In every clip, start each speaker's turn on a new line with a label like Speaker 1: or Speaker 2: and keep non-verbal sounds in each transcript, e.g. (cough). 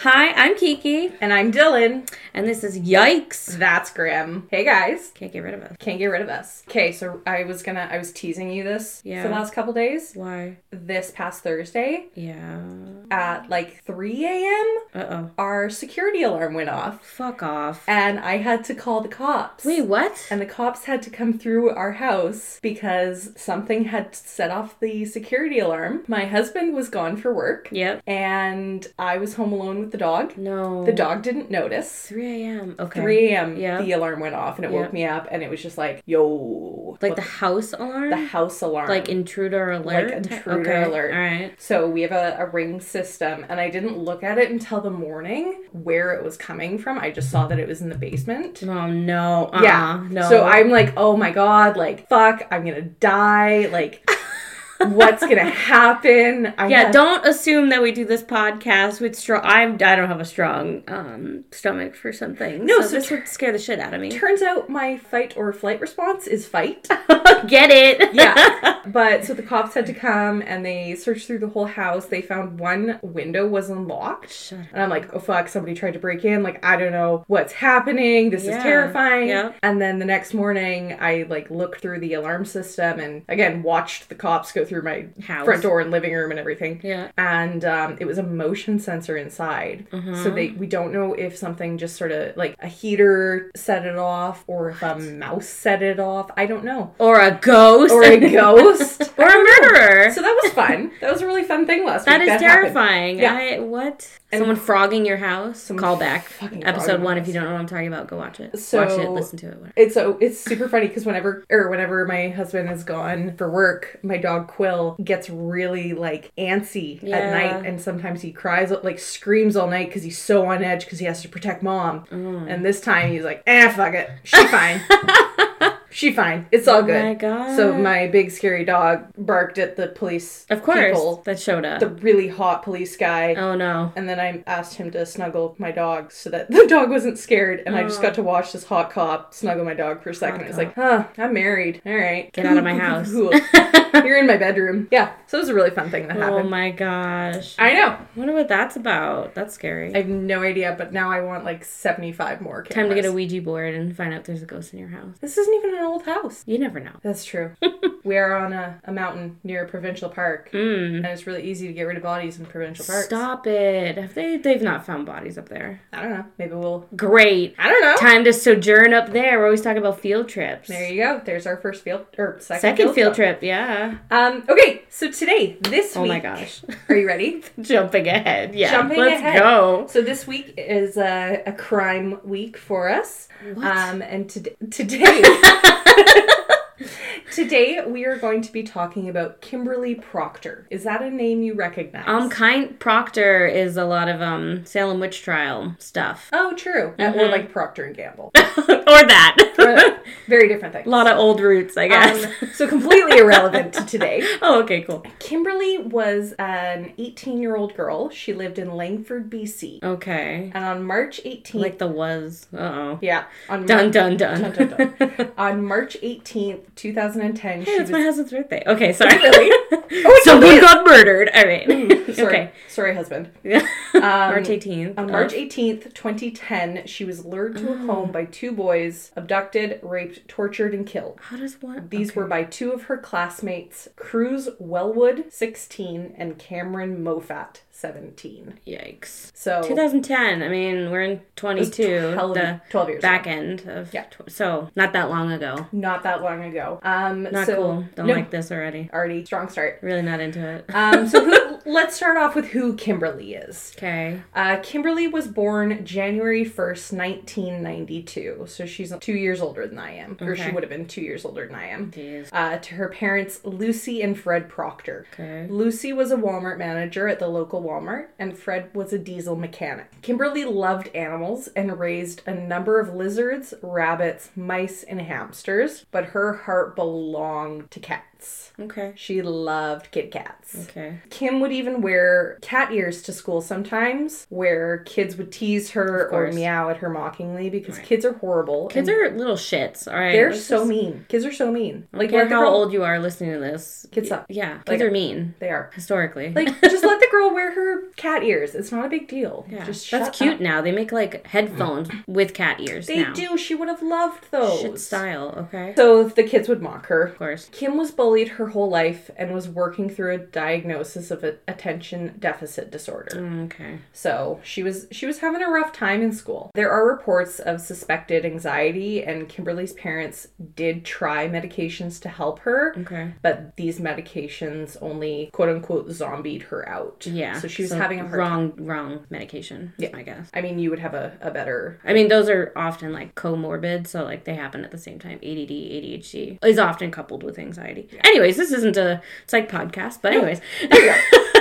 Speaker 1: Hi, I'm Kiki,
Speaker 2: And I'm Dylan.
Speaker 1: and this is Yikes.
Speaker 2: That's Grim. Hey guys.
Speaker 1: Can't get rid of us.
Speaker 2: Can't get rid of us. Okay, so I was gonna, I was teasing you this
Speaker 1: Yeah.
Speaker 2: for the last couple days.
Speaker 1: Why?
Speaker 2: This past Thursday
Speaker 1: Yeah.
Speaker 2: at like 3 a.m.,
Speaker 1: Uh oh.
Speaker 2: our security alarm went off
Speaker 1: Fuck off.
Speaker 2: and I had to call the cops.
Speaker 1: Wait, what?
Speaker 2: And the cops had to come through our house because something had set off the security alarm. My husband was gone for work
Speaker 1: Yep.
Speaker 2: and I was home alone with the dog.
Speaker 1: No.
Speaker 2: The dog didn't notice.
Speaker 1: 3 a.m. Okay.
Speaker 2: 3 a.m.
Speaker 1: Yeah.
Speaker 2: the alarm went off and it
Speaker 1: Yeah.
Speaker 2: woke me up and it was just like, yo.
Speaker 1: Like the house alarm?
Speaker 2: the house alarm.
Speaker 1: Like intruder alert?
Speaker 2: Like
Speaker 1: type-
Speaker 2: intruder
Speaker 1: okay.
Speaker 2: alert.
Speaker 1: All right.
Speaker 2: so we have a, a ring system and I didn't look at it until the morning where it was coming from. I just saw that it was in the basement.
Speaker 1: Oh, no. Uh-uh.
Speaker 2: Yeah.
Speaker 1: No.
Speaker 2: So I'm like, oh my god, like fuck, I'm gonna die.
Speaker 1: (laughs)
Speaker 2: Like, what's gonna happen? I
Speaker 1: Yeah,
Speaker 2: had-
Speaker 1: don't assume that we do this podcast with strong. I'm I don't have a strong um stomach for something.
Speaker 2: No,
Speaker 1: No,
Speaker 2: so
Speaker 1: so this would scare the shit out of
Speaker 2: (laughs)
Speaker 1: me.
Speaker 2: Turns out my fight or flight response is fight.
Speaker 1: Get it?
Speaker 2: yeah. But so the cops had to come and they searched through the whole house. They found one window was
Speaker 1: (laughs)
Speaker 2: unlocked.
Speaker 1: Shut up.
Speaker 2: And I'm like, oh fuck, somebody tried to break in. Like, I don't know what's happening. This
Speaker 1: Yeah,
Speaker 2: is terrifying.
Speaker 1: yeah.
Speaker 2: And then the next morning, I like looked through the alarm system and again watched the cops go through my
Speaker 1: House.
Speaker 2: front door and living room and everything.
Speaker 1: Yeah.
Speaker 2: And um, it was a motion sensor inside.
Speaker 1: Uh-huh. Mm-hmm.
Speaker 2: So they we don't know if something just sort of like a heater set it off or if a mouse set it off. I don't know.
Speaker 1: Or a ghost. (laughs)
Speaker 2: Or a ghost.
Speaker 1: or a murderer.
Speaker 2: (laughs) So that was fun. That was a really fun thing last
Speaker 1: that
Speaker 2: week.
Speaker 1: is
Speaker 2: happened.
Speaker 1: terrifying.
Speaker 2: Yeah.
Speaker 1: I what? Someone frogging your house? Call back.
Speaker 2: fucking
Speaker 1: Episode
Speaker 2: frogging
Speaker 1: one.
Speaker 2: my
Speaker 1: If you don't know what I'm talking about, go watch it.
Speaker 2: So-
Speaker 1: watch it. Listen to it. Whatever.
Speaker 2: It's so it's super funny because whenever or whenever my husband is gone for work, my dog Quill gets really like antsy
Speaker 1: Yeah.
Speaker 2: at night, and sometimes he cries like screams all night because he's so on edge because he has to protect mom.
Speaker 1: Mm.
Speaker 2: And this time he's like, "Eh, fuck it, she
Speaker 1: (laughs)
Speaker 2: fine, she fine, it's all oh, good."
Speaker 1: Oh my God.
Speaker 2: So my big scary dog barked at the police.
Speaker 1: Of course,
Speaker 2: people,
Speaker 1: that showed up.
Speaker 2: the really hot police guy.
Speaker 1: oh
Speaker 2: (laughs)
Speaker 1: no.
Speaker 2: And then I asked him to snuggle my dog so that (laughs) the dog wasn't scared. And I just got to watch this hot cop snuggle my dog for a second. It's like, huh, I'm married. All right.
Speaker 1: Get
Speaker 2: (laughs)
Speaker 1: out of my house. (laughs)
Speaker 2: Cool. You're in my bedroom. Yeah. So it was a really fun thing that
Speaker 1: Oh
Speaker 2: happened.
Speaker 1: my gosh. I
Speaker 2: I know.
Speaker 1: wonder what that's about. That's scary.
Speaker 2: I have no idea, but now I want like 75 more cameras.
Speaker 1: Time to get a Ouija board and find out if there's a ghost in your house.
Speaker 2: This isn't even an old house.
Speaker 1: You never know.
Speaker 2: That's true. (laughs) we are on a, a mountain near a provincial park. And it's really easy to get rid of bodies in provincial parks.
Speaker 1: Mm. Hmm, Stop it. Have they they've not found bodies up there.
Speaker 2: I don't know. Maybe we'll.
Speaker 1: Great.
Speaker 2: I don't know.
Speaker 1: Time to sojourn up there. We're always talking about field trips.
Speaker 2: There you go. There's our first field or second,
Speaker 1: Second
Speaker 2: field
Speaker 1: field trip, yeah.
Speaker 2: Um, okay, so today, this
Speaker 1: Oh
Speaker 2: week.
Speaker 1: my gosh.
Speaker 2: (laughs)
Speaker 1: (laughs)
Speaker 2: Are you ready?
Speaker 1: Jumping ahead. Yeah.
Speaker 2: Jumping
Speaker 1: Let's
Speaker 2: ahead.
Speaker 1: go.
Speaker 2: So this week is a, a crime week for us.
Speaker 1: What?
Speaker 2: Um, and to- today, (laughs) today we are going to be talking about Kimberly Proctor. Is that a name you recognize?
Speaker 1: Um kind Proctor is a lot of um Salem witch trial stuff. (laughs)
Speaker 2: oh, true. Uh,
Speaker 1: Mm-hmm.
Speaker 2: Or like Procter and Gamble. (laughs)
Speaker 1: or (laughs) that.
Speaker 2: Very different thing.
Speaker 1: a lot of old roots, I guess.
Speaker 2: Um, so completely irrelevant to today.
Speaker 1: (laughs) oh, okay, cool.
Speaker 2: Kimberly was an 18 year old girl. She lived in Langford, BC.
Speaker 1: Okay.
Speaker 2: And on March 18th,
Speaker 1: Like the was. Uh oh.
Speaker 2: yeah, on
Speaker 1: Dun dun dun.
Speaker 2: Dun, dun, dun. (laughs) On March 18th, 2010, she
Speaker 1: Hey,
Speaker 2: was.
Speaker 1: it's my husband's birthday. Okay, (laughs) sorry.
Speaker 2: Oh,
Speaker 1: Someone got murdered. All right.
Speaker 2: sorry,
Speaker 1: (laughs) okay.
Speaker 2: sorry, husband.
Speaker 1: Um, March Uh, 18th.
Speaker 2: On March 18th, 2010, she was lured to a
Speaker 1: Oh.
Speaker 2: home by two boys, abducted, raped, tortured, and killed.
Speaker 1: How does one?
Speaker 2: These were by two of her classmates, Cruz Wellwood, 16, and Cameron Moffat, 17.
Speaker 1: Yikes.
Speaker 2: So,
Speaker 1: 2010. I mean, we're in 22.
Speaker 2: 12,
Speaker 1: the
Speaker 2: 12 years
Speaker 1: back
Speaker 2: ago.
Speaker 1: end of.
Speaker 2: Yeah.
Speaker 1: tw- so, not that long ago.
Speaker 2: Not that long ago. Um,
Speaker 1: Not
Speaker 2: so,
Speaker 1: cool. Don't
Speaker 2: no,
Speaker 1: like this already.
Speaker 2: already strong start.
Speaker 1: Really not into it.
Speaker 2: Um, so,
Speaker 1: (laughs)
Speaker 2: who, let's start off with who Kimberly is.
Speaker 1: okay.
Speaker 2: Uh, Kimberly was born January 1st, 1992. So she's two years older than I am. Or she
Speaker 1: Okay.
Speaker 2: would have been two years older than I am.
Speaker 1: Jeez.
Speaker 2: Uh, to her parents, Lucy and Fred Proctor.
Speaker 1: Okay.
Speaker 2: Lucy was a Walmart manager at the local Walmart, and Fred was a diesel mechanic. Kimberly loved animals and raised a number of lizards, rabbits, mice, and hamsters, but her heart belonged to cats. cats.
Speaker 1: Okay.
Speaker 2: She loved kitty cats.
Speaker 1: Okay.
Speaker 2: Kim would even wear cat ears to school sometimes, where kids would tease her
Speaker 1: Of
Speaker 2: or
Speaker 1: course.
Speaker 2: meow at her mockingly because
Speaker 1: Right.
Speaker 2: kids are horrible.
Speaker 1: Kids
Speaker 2: and
Speaker 1: are little shits. All right.
Speaker 2: they're
Speaker 1: Let's
Speaker 2: so
Speaker 1: just-
Speaker 2: mean. Kids are so mean.
Speaker 1: I don't
Speaker 2: Like
Speaker 1: care
Speaker 2: let the
Speaker 1: how
Speaker 2: girl-
Speaker 1: old you are listening to this.
Speaker 2: Kids up.
Speaker 1: Yeah.
Speaker 2: Like-
Speaker 1: Kids are mean (laughs)
Speaker 2: they are.
Speaker 1: historically.
Speaker 2: Like just let the girl wear her cat ears. It's not a big deal.
Speaker 1: yeah.
Speaker 2: Just shut
Speaker 1: that's cute
Speaker 2: up.
Speaker 1: now. They make like
Speaker 2: (clears throat)
Speaker 1: headphones with cat ears.
Speaker 2: They
Speaker 1: now.
Speaker 2: do. She would have loved those.
Speaker 1: Shit style. Okay.
Speaker 2: So the kids would mock her.
Speaker 1: of course.
Speaker 2: Kim was bullied her whole life and was working through a diagnosis of a- attention deficit disorder.
Speaker 1: Mm, Okay.
Speaker 2: So she was she was having a rough time in school. There are reports of suspected anxiety and Kimberly's parents did try medications to help her.
Speaker 1: Okay.
Speaker 2: But these medications only quote unquote zombied her out.
Speaker 1: Yeah.
Speaker 2: So she was having a hard time.
Speaker 1: wrong, wrong medication. Yeah. I guess.
Speaker 2: I mean, you would have a,
Speaker 1: (laughs)
Speaker 2: a better.
Speaker 1: I mean, those are often like comorbid, so like they happen at the same time. ADD, ADHD is often coupled with anxiety. Anyways, this isn't a psych podcast, but
Speaker 2: (laughs)
Speaker 1: anyways,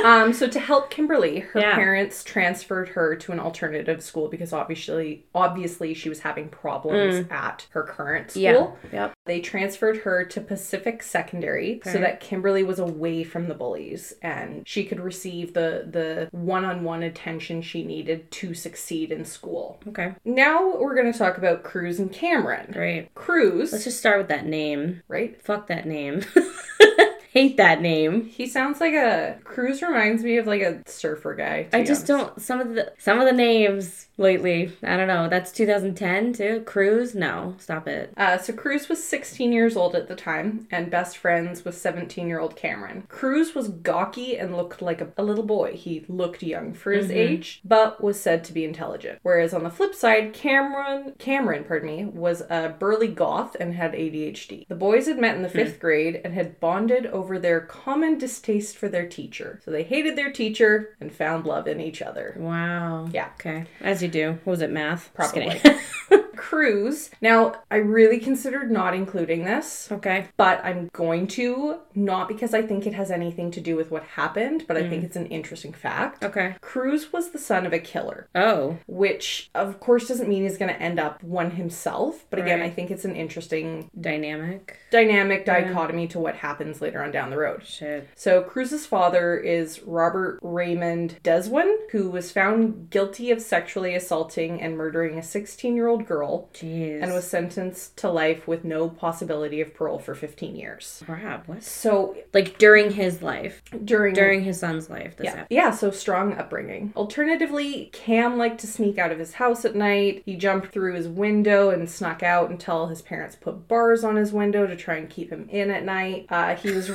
Speaker 2: um, so to help Kimberly, her
Speaker 1: Yeah.
Speaker 2: parents transferred her to an alternative school because obviously, obviously, she was having problems at her current school.
Speaker 1: Mm. yeah, yep,
Speaker 2: They transferred her to Pacific Secondary so
Speaker 1: Okay.
Speaker 2: that Kimberly was away from the bullies and she could receive the the one-on-one attention she needed to succeed in school.
Speaker 1: okay,
Speaker 2: Now we're going to talk about Cruz and Cameron.
Speaker 1: great. Let's
Speaker 2: Cruz,
Speaker 1: just start with that name.
Speaker 2: right?
Speaker 1: Fuck that name. (laughs) Hate that name.
Speaker 2: He sounds like a Cruz reminds me of like a surfer guy. to
Speaker 1: I
Speaker 2: be
Speaker 1: just
Speaker 2: honest.
Speaker 1: don't. Some of the some of the names lately. I don't know. That's 2010 too. Cruise. No, stop it.
Speaker 2: Uh, so Cruz was 16 years old at the time and best friends with 17 year old Cameron. Cruz was gawky and looked like a, a little boy. He looked young for his age, but was said to be intelligent. Whereas on the flip side, Cameron, Cameron, pardon me, was a burly goth and had ADHD. The boys had met in the fifth grade and had bonded over their common distaste for their teacher. So they hated their teacher and found love in each other.
Speaker 1: Wow.
Speaker 2: Yeah.
Speaker 1: Okay. As you do. What was it? Math. Just kidding. (laughs)
Speaker 2: Probably. Cruz. Now, I really considered not including this
Speaker 1: okay.
Speaker 2: but I'm going to, not because I think it has anything to do with what happened, but I think it's an interesting fact.
Speaker 1: Okay.
Speaker 2: Cruz was the son of a killer,
Speaker 1: Oh.
Speaker 2: which of course doesn't mean he's going to end up one himself, but again,
Speaker 1: Right.
Speaker 2: I think it's an interesting
Speaker 1: Dynamic.
Speaker 2: dynamic dichotomy to what happens later on down the road.
Speaker 1: Shit.
Speaker 2: So Cruz's father is Robert Raymond Deswin, who was found guilty of sexually assaulting and murdering a 16-year-old girl
Speaker 1: Jeez.
Speaker 2: and was sentenced to life with no possibility of parole for 15 years.
Speaker 1: Crap, what?
Speaker 2: So
Speaker 1: Like during his life,
Speaker 2: during
Speaker 1: during his son's life, this
Speaker 2: yeah.
Speaker 1: happened.
Speaker 2: yeah, so strong upbringing. Alternatively, Cam liked to sneak out of his house at night. He jumped through his window and snuck out until his parents put bars on his window to try and keep him in at night. Uh,
Speaker 1: (laughs)
Speaker 2: he was
Speaker 1: So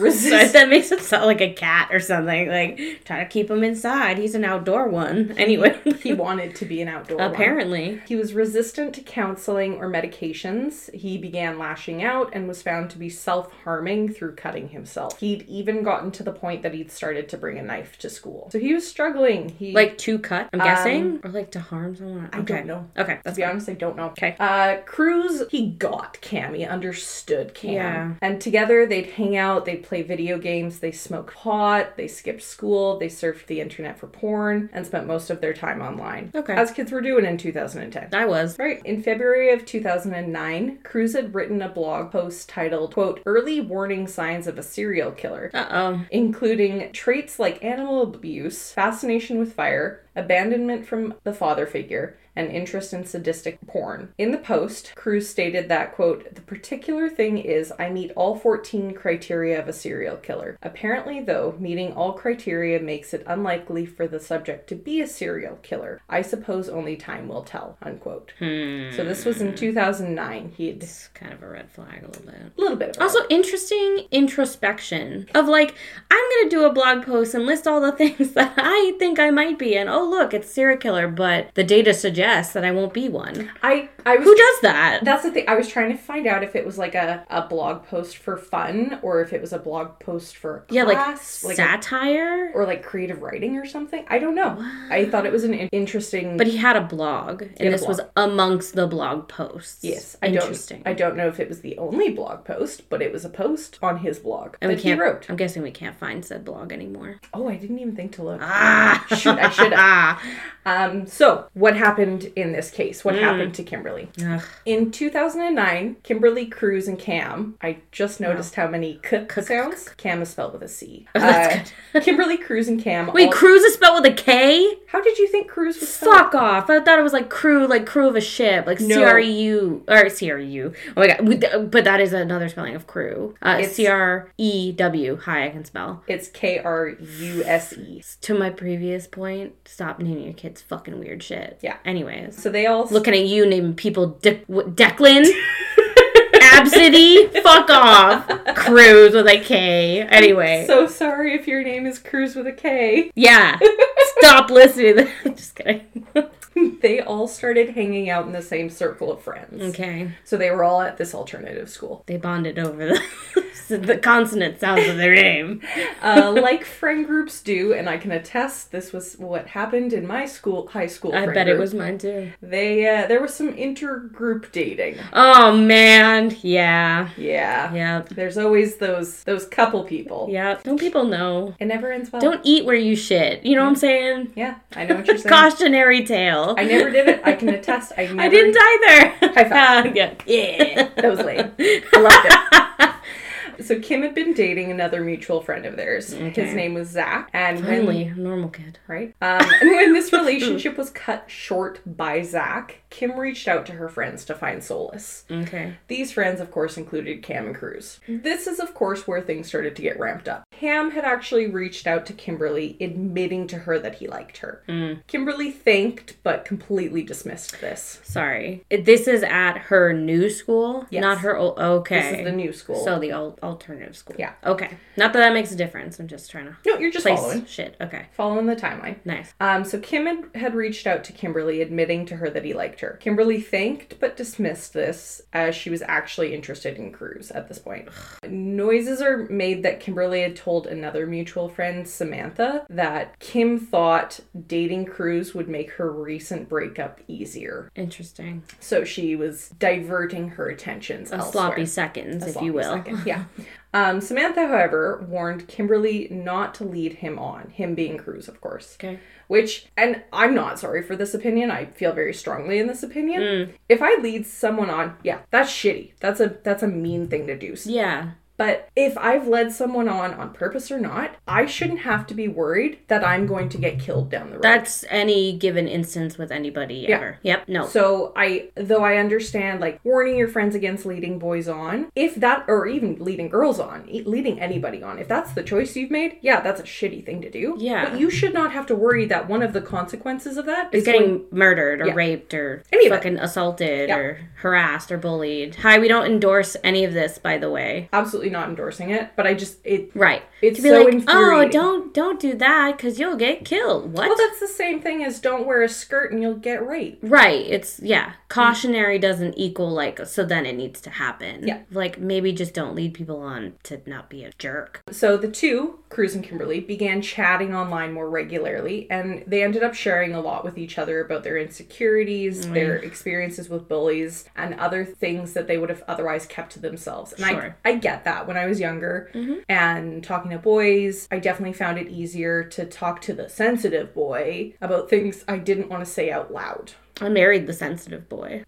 Speaker 1: (laughs)
Speaker 2: resistant.
Speaker 1: that makes it sound like a cat or something. Like try to keep him inside. He's an outdoor one. (laughs) Anyway,
Speaker 2: he wanted to be an outdoor. one.
Speaker 1: apparently.
Speaker 2: He was resistant to counseling or medications. He began lashing out and was found to be self harming through cutting himself. He'd even gotten to the point that he'd started to bring a knife to school. So he was struggling. He
Speaker 1: Like to cut, I'm guessing, or like to harm someone. Okay.
Speaker 2: Um, I don't know.
Speaker 1: Okay, that's
Speaker 2: To be honest, I don't know.
Speaker 1: Okay.
Speaker 2: Uh, Cruz, he got Cammy, understood Cam.
Speaker 1: Yeah.
Speaker 2: And together they'd hang out, they'd play video games, they smoked pot, they skipped school, they surfed the internet for porn, and spent most of their time online.
Speaker 1: Okay.
Speaker 2: As kids were doing in 2010.
Speaker 1: I was
Speaker 2: Right. In February of 2009, Cruz had written a blog post titled, quote, Early Warning Signs of a Serial Killer,
Speaker 1: Uh oh.
Speaker 2: including traits like animal abuse, fascination with fire, abandonment from the father figure, and interest in sadistic porn. In the post, Cruz stated that, quote, the particular thing is I meet all 14 criteria of a serial killer. Apparently, though, meeting all criteria makes it unlikely for the subject to be a serial killer. I suppose only time will tell, unquote. So this was
Speaker 1: Hmm.
Speaker 2: in 2009. He had a
Speaker 1: It's kind of a red flag a little bit.
Speaker 2: little bit of a-
Speaker 1: Also, interesting introspection of like, I'm gonna do a blog post and list all the (laughs) things that I think I might be, and oh look, it's serial killer, but the data suggests that I won't be one.
Speaker 2: I, I was
Speaker 1: Who does that?
Speaker 2: That's the thing. I was trying to find out if it was like a, a blog post for fun or if it was a blog post for
Speaker 1: Yeah, like
Speaker 2: class, like,
Speaker 1: satire.
Speaker 2: or like creative writing or something. I don't know. I thought it was an in- interesting.
Speaker 1: but he had a blog, and
Speaker 2: a
Speaker 1: this was amongst the blog posts.
Speaker 2: yes, I
Speaker 1: interesting.
Speaker 2: Don't, I don't know if it was the only blog post, but it was a post on his blog
Speaker 1: and we
Speaker 2: that he
Speaker 1: can't.
Speaker 2: wrote.
Speaker 1: I'm guessing we can't find said blog anymore.
Speaker 2: Oh, I didn't even think to look.
Speaker 1: Ah,
Speaker 2: Shoot, I should.
Speaker 1: ah. Hmm.
Speaker 2: Um, so what happened in this case? What happened to Kimberly.
Speaker 1: Ugh,
Speaker 2: In 2009, Kimberly Cruz and Cam, I just noticed how many k sounds. Cam is spelled with a C. Uh,
Speaker 1: (laughs) That's
Speaker 2: Kimberly Cruz and Cam.
Speaker 1: Wait,
Speaker 2: all-
Speaker 1: cruise is spelled with a K?
Speaker 2: how did you think Cruz was spelled?
Speaker 1: Fuck off. I thought it was like crew, like crew of a ship, like
Speaker 2: No.
Speaker 1: C-R-E-U, or C-R-E-U. Oh my god. With the- But that is another spelling of crew. Uh,
Speaker 2: It's-
Speaker 1: C-R-E-W. Hi, I can spell.
Speaker 2: It's K R U S E.
Speaker 1: To my previous point, stop naming your kids fucking weird shit.
Speaker 2: Yeah.
Speaker 1: Anyways.
Speaker 2: So they all
Speaker 1: Looking at you naming people De- what, Declan, (laughs) Absidy, fuck off. Cruise with a K. Anyway.
Speaker 2: So sorry if your name is Cruz with a K. (laughs)
Speaker 1: yeah. Stop listening. (laughs) Just kidding.
Speaker 2: They all started hanging out in the same circle of friends.
Speaker 1: Okay.
Speaker 2: So they were all at this alternative school.
Speaker 1: They bonded over the, (laughs) the consonant sounds of their name. (laughs)
Speaker 2: Uh, like friend groups do, and I can attest this was what happened in my school, high school.
Speaker 1: I
Speaker 2: friend
Speaker 1: bet it
Speaker 2: group.
Speaker 1: was mine too.
Speaker 2: They uh, there was some intergroup dating.
Speaker 1: Oh man, yeah,
Speaker 2: Yeah.
Speaker 1: yep,
Speaker 2: There's always those those couple people.
Speaker 1: yep. Don't people know?
Speaker 2: It never ends well.
Speaker 1: Don't eat where you shit. You know what I'm saying?
Speaker 2: Yeah, I know
Speaker 1: (laughs)
Speaker 2: what you're saying.
Speaker 1: Cautionary tale.
Speaker 2: I never did it. I can attest. I
Speaker 1: (laughs)
Speaker 2: never
Speaker 1: I didn't either.
Speaker 2: High five.
Speaker 1: Uh, (laughs) yeah.
Speaker 2: Yeah, that was lame. I loved it. So Kim had been dating another mutual friend of theirs. His name was Zach, and when
Speaker 1: Finally, a normal kid.
Speaker 2: right, um, and when this relationship was cut short by Zach, Kim reached out to her friends to find solace.
Speaker 1: Okay.
Speaker 2: These friends, of course, included Cam and Cruz. This is, of course, where things started to get ramped up. Cam had actually reached out to Kimberly, admitting to her that he liked her.
Speaker 1: Mm.
Speaker 2: Kimberly thanked, but completely dismissed this.
Speaker 1: Sorry. This is at her new school,
Speaker 2: Yes.
Speaker 1: not her old. Okay.
Speaker 2: This is the new school.
Speaker 1: So the al- alternative school.
Speaker 2: Yeah.
Speaker 1: Okay. Not that that makes a difference. I'm just trying to
Speaker 2: no, you're just
Speaker 1: place
Speaker 2: following.
Speaker 1: shit. Okay.
Speaker 2: Following the timeline.
Speaker 1: Nice.
Speaker 2: Um, so Kim had, had reached out to Kimberly, admitting to her that he liked her. Kimberly thanked but dismissed this as she was actually interested in Cruz at this point. Noises are made that Kimberly had told another mutual friend, Samantha, that Kim thought dating Cruz would make her recent breakup easier.
Speaker 1: Interesting.
Speaker 2: So she was diverting her attentions
Speaker 1: A
Speaker 2: elsewhere.
Speaker 1: sloppy seconds, if you
Speaker 2: Sloppy
Speaker 1: will.
Speaker 2: second, Yeah. Um, Samantha, however, warned Kimberly not to lead him on, him being Cruz, of course
Speaker 1: Okay.
Speaker 2: which and i'm not sorry for this opinion i feel very strongly in this opinion
Speaker 1: Hmm.
Speaker 2: if i lead someone on yeah that's shitty that's a that's a mean thing to do
Speaker 1: Yeah.
Speaker 2: but if i've led someone on on purpose or not i shouldn't have to be worried that i'm going to get killed down the road
Speaker 1: That's any given instance with anybody ever. Yep. No.
Speaker 2: so I though I understand like warning your friends against leading boys on, if that or even leading girls on, e- leading anybody on, if that's the choice you've made, yeah, that's a shitty thing to do.
Speaker 1: Yeah.
Speaker 2: But you should not have to worry that one of the consequences of that is
Speaker 1: It's
Speaker 2: going
Speaker 1: getting murdered or
Speaker 2: Yeah.
Speaker 1: raped or
Speaker 2: Any of it.
Speaker 1: fucking assaulted or harassed or bullied. Hi, we don't endorse any of this, by the way.
Speaker 2: absolutely not endorsing it, but I just it.
Speaker 1: Right.
Speaker 2: It's
Speaker 1: to be
Speaker 2: so
Speaker 1: like, oh,
Speaker 2: infuriating."
Speaker 1: don't don't do that because you'll get killed. What?
Speaker 2: Well, that's the same thing as don't wear a skirt and you'll get raped.
Speaker 1: right. It's yeah. Cautionary doesn't equal like so. Then it needs to happen.
Speaker 2: Yeah.
Speaker 1: Like maybe just don't lead people on to not be a jerk.
Speaker 2: So the two, Cruz and Kimberly, began chatting online more regularly, and they ended up sharing a lot with each other about their insecurities, their experiences with bullies, and other things that they would have otherwise kept to themselves. And
Speaker 1: Sure.
Speaker 2: I, I get that when I was younger and talking to boys, I definitely found it easier to talk to the sensitive boy about things I didn't want to say out loud.
Speaker 1: I married the sensitive boy.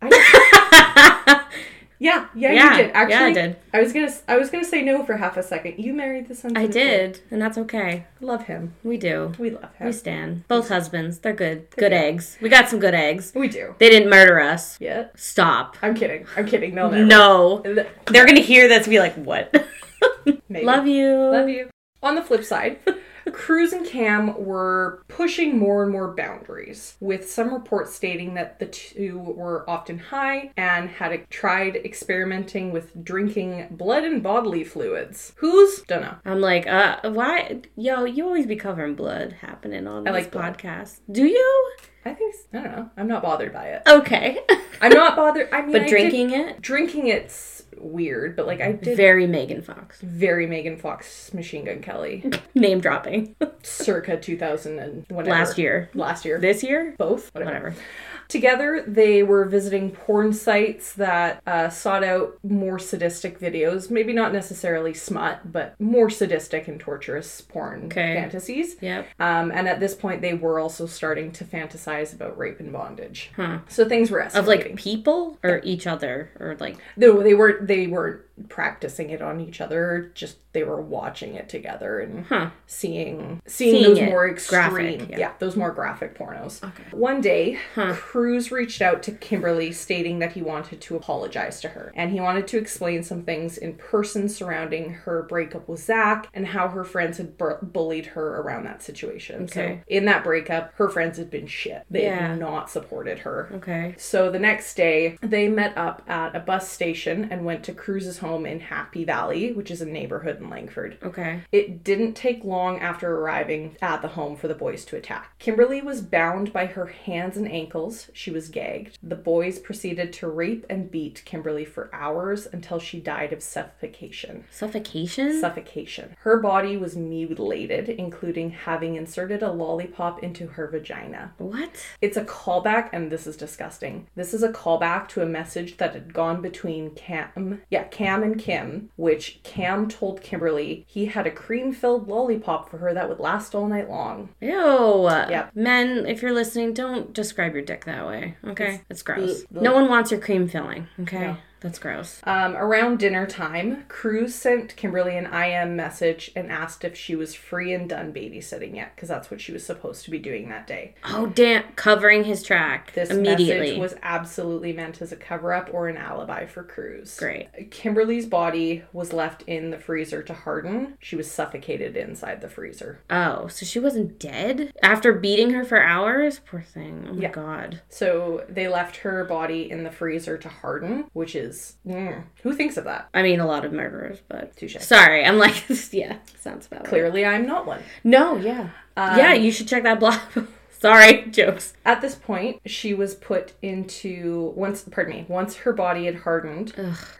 Speaker 2: Yeah,
Speaker 1: Yeah,
Speaker 2: yeah, you did.
Speaker 1: yeah, I
Speaker 2: Actually,
Speaker 1: did.
Speaker 2: I was gonna, I was gonna say no for half a second. You married the son.
Speaker 1: I did, and that's okay.
Speaker 2: Love him.
Speaker 1: We do.
Speaker 2: We love him.
Speaker 1: We stand. Both husbands. They're good. Good eggs. We got some good eggs.
Speaker 2: We, do.
Speaker 1: They didn't murder us.
Speaker 2: Yeah.
Speaker 1: Stop.
Speaker 2: I'm kidding. I'm kidding. No,
Speaker 1: No.
Speaker 2: never.
Speaker 1: They're going to hear this and be like, what?
Speaker 2: Maybe.
Speaker 1: Love you.
Speaker 2: Love you. On the flip side, (laughs) Cruz and Cam were pushing more and more boundaries, with some reports stating that the two were often high and had e, tried experimenting with drinking blood and bodily fluids. Whose? Don't know.
Speaker 1: I'm like, uh, why? Yo, you always be covering blood happening on this
Speaker 2: like blood.
Speaker 1: podcast. Do you?
Speaker 2: I think I don't know. I'm not bothered by it.
Speaker 1: Okay.
Speaker 2: I'm not bothered. I mean,
Speaker 1: (laughs)
Speaker 2: I
Speaker 1: but
Speaker 2: did-
Speaker 1: drinking it?
Speaker 2: drinking it's weird, but like I did
Speaker 1: Very Megan Fox.
Speaker 2: very Megan Fox Machine Gun Kelly
Speaker 1: Name dropping. (laughs)
Speaker 2: circa 2000 and whenever.
Speaker 1: Last year.
Speaker 2: Last year.
Speaker 1: This year?
Speaker 2: Both? Whatever.
Speaker 1: Whatever.
Speaker 2: Together, they were visiting porn sites that uh, sought out more sadistic videos. Maybe not necessarily smut, but more sadistic and torturous porn
Speaker 1: Okay.
Speaker 2: fantasies.
Speaker 1: Yep.
Speaker 2: Um, and at this point, they were also starting to fantasize about rape and bondage.
Speaker 1: Huh.
Speaker 2: So things were escalating.
Speaker 1: Of like people or each other or like
Speaker 2: No, they were they were practicing it on each other. Just they were watching it together and
Speaker 1: Huh.
Speaker 2: seeing seeing,
Speaker 1: Seeing
Speaker 2: those
Speaker 1: it.
Speaker 2: more extreme,
Speaker 1: Graphic,
Speaker 2: yeah.
Speaker 1: yeah.
Speaker 2: those more graphic pornos. Okay. One day, Cruz reached out to Kimberly, stating that he wanted to apologize to her and he wanted to explain some things in person surrounding her breakup with Zach and how her friends had bur- bullied her around that situation.
Speaker 1: Okay.
Speaker 2: So in that breakup, her friends had been shit. They
Speaker 1: Yeah.
Speaker 2: had not supported her.
Speaker 1: okay.
Speaker 2: So the next day, they met up at a bus station and went to Cruz's home in Happy Valley, which is a neighborhood in Langford.
Speaker 1: Okay.
Speaker 2: It didn't take long after arriving at the home for the boys to attack. Kimberly was bound by her hands and ankles. She was gagged. The boys proceeded to rape and beat Kimberly for hours until she died of suffocation
Speaker 1: Suffocation?
Speaker 2: suffocation. Her body was mutilated, including having inserted a lollipop into her vagina.
Speaker 1: what?
Speaker 2: It's a callback, and this is disgusting. This is a callback to a message that had gone between Cam, yeah, Cam and Kim, which Cam told Kimberly he had a cream filled lollipop for her that would last all night long.
Speaker 1: Ew.
Speaker 2: Yep.
Speaker 1: Men, if you're listening, don't describe your dick that way. Okay. That's gross.
Speaker 2: Ugh.
Speaker 1: No one wants your cream filling. Okay.
Speaker 2: No.
Speaker 1: That's gross.
Speaker 2: Um, around dinner time, Cruz sent Kimberly an IM message and asked if she was free and done babysitting yet, because that's what she was supposed to be doing that day.
Speaker 1: Oh damn! Covering his track
Speaker 2: This
Speaker 1: immediately.
Speaker 2: message was absolutely meant as a cover up or an alibi for Cruz.
Speaker 1: Great.
Speaker 2: Kimberly's body was left in the freezer to harden. She was suffocated inside the freezer.
Speaker 1: Oh, so she wasn't dead after beating her for hours. Poor thing. Oh my
Speaker 2: Yeah.
Speaker 1: god.
Speaker 2: So they left her body in the freezer to harden, which is. Mm, who thinks of that?
Speaker 1: I mean, a lot of murderers, but
Speaker 2: Touche.
Speaker 1: sorry. I'm like, (laughs) yeah, sounds about right.
Speaker 2: Clearly, I'm not one.
Speaker 1: No, yeah, yeah.
Speaker 2: Um,
Speaker 1: You should check that blog. (laughs) sorry, (laughs) jokes.
Speaker 2: At this point, she was put into once pardon me, once her body had hardened,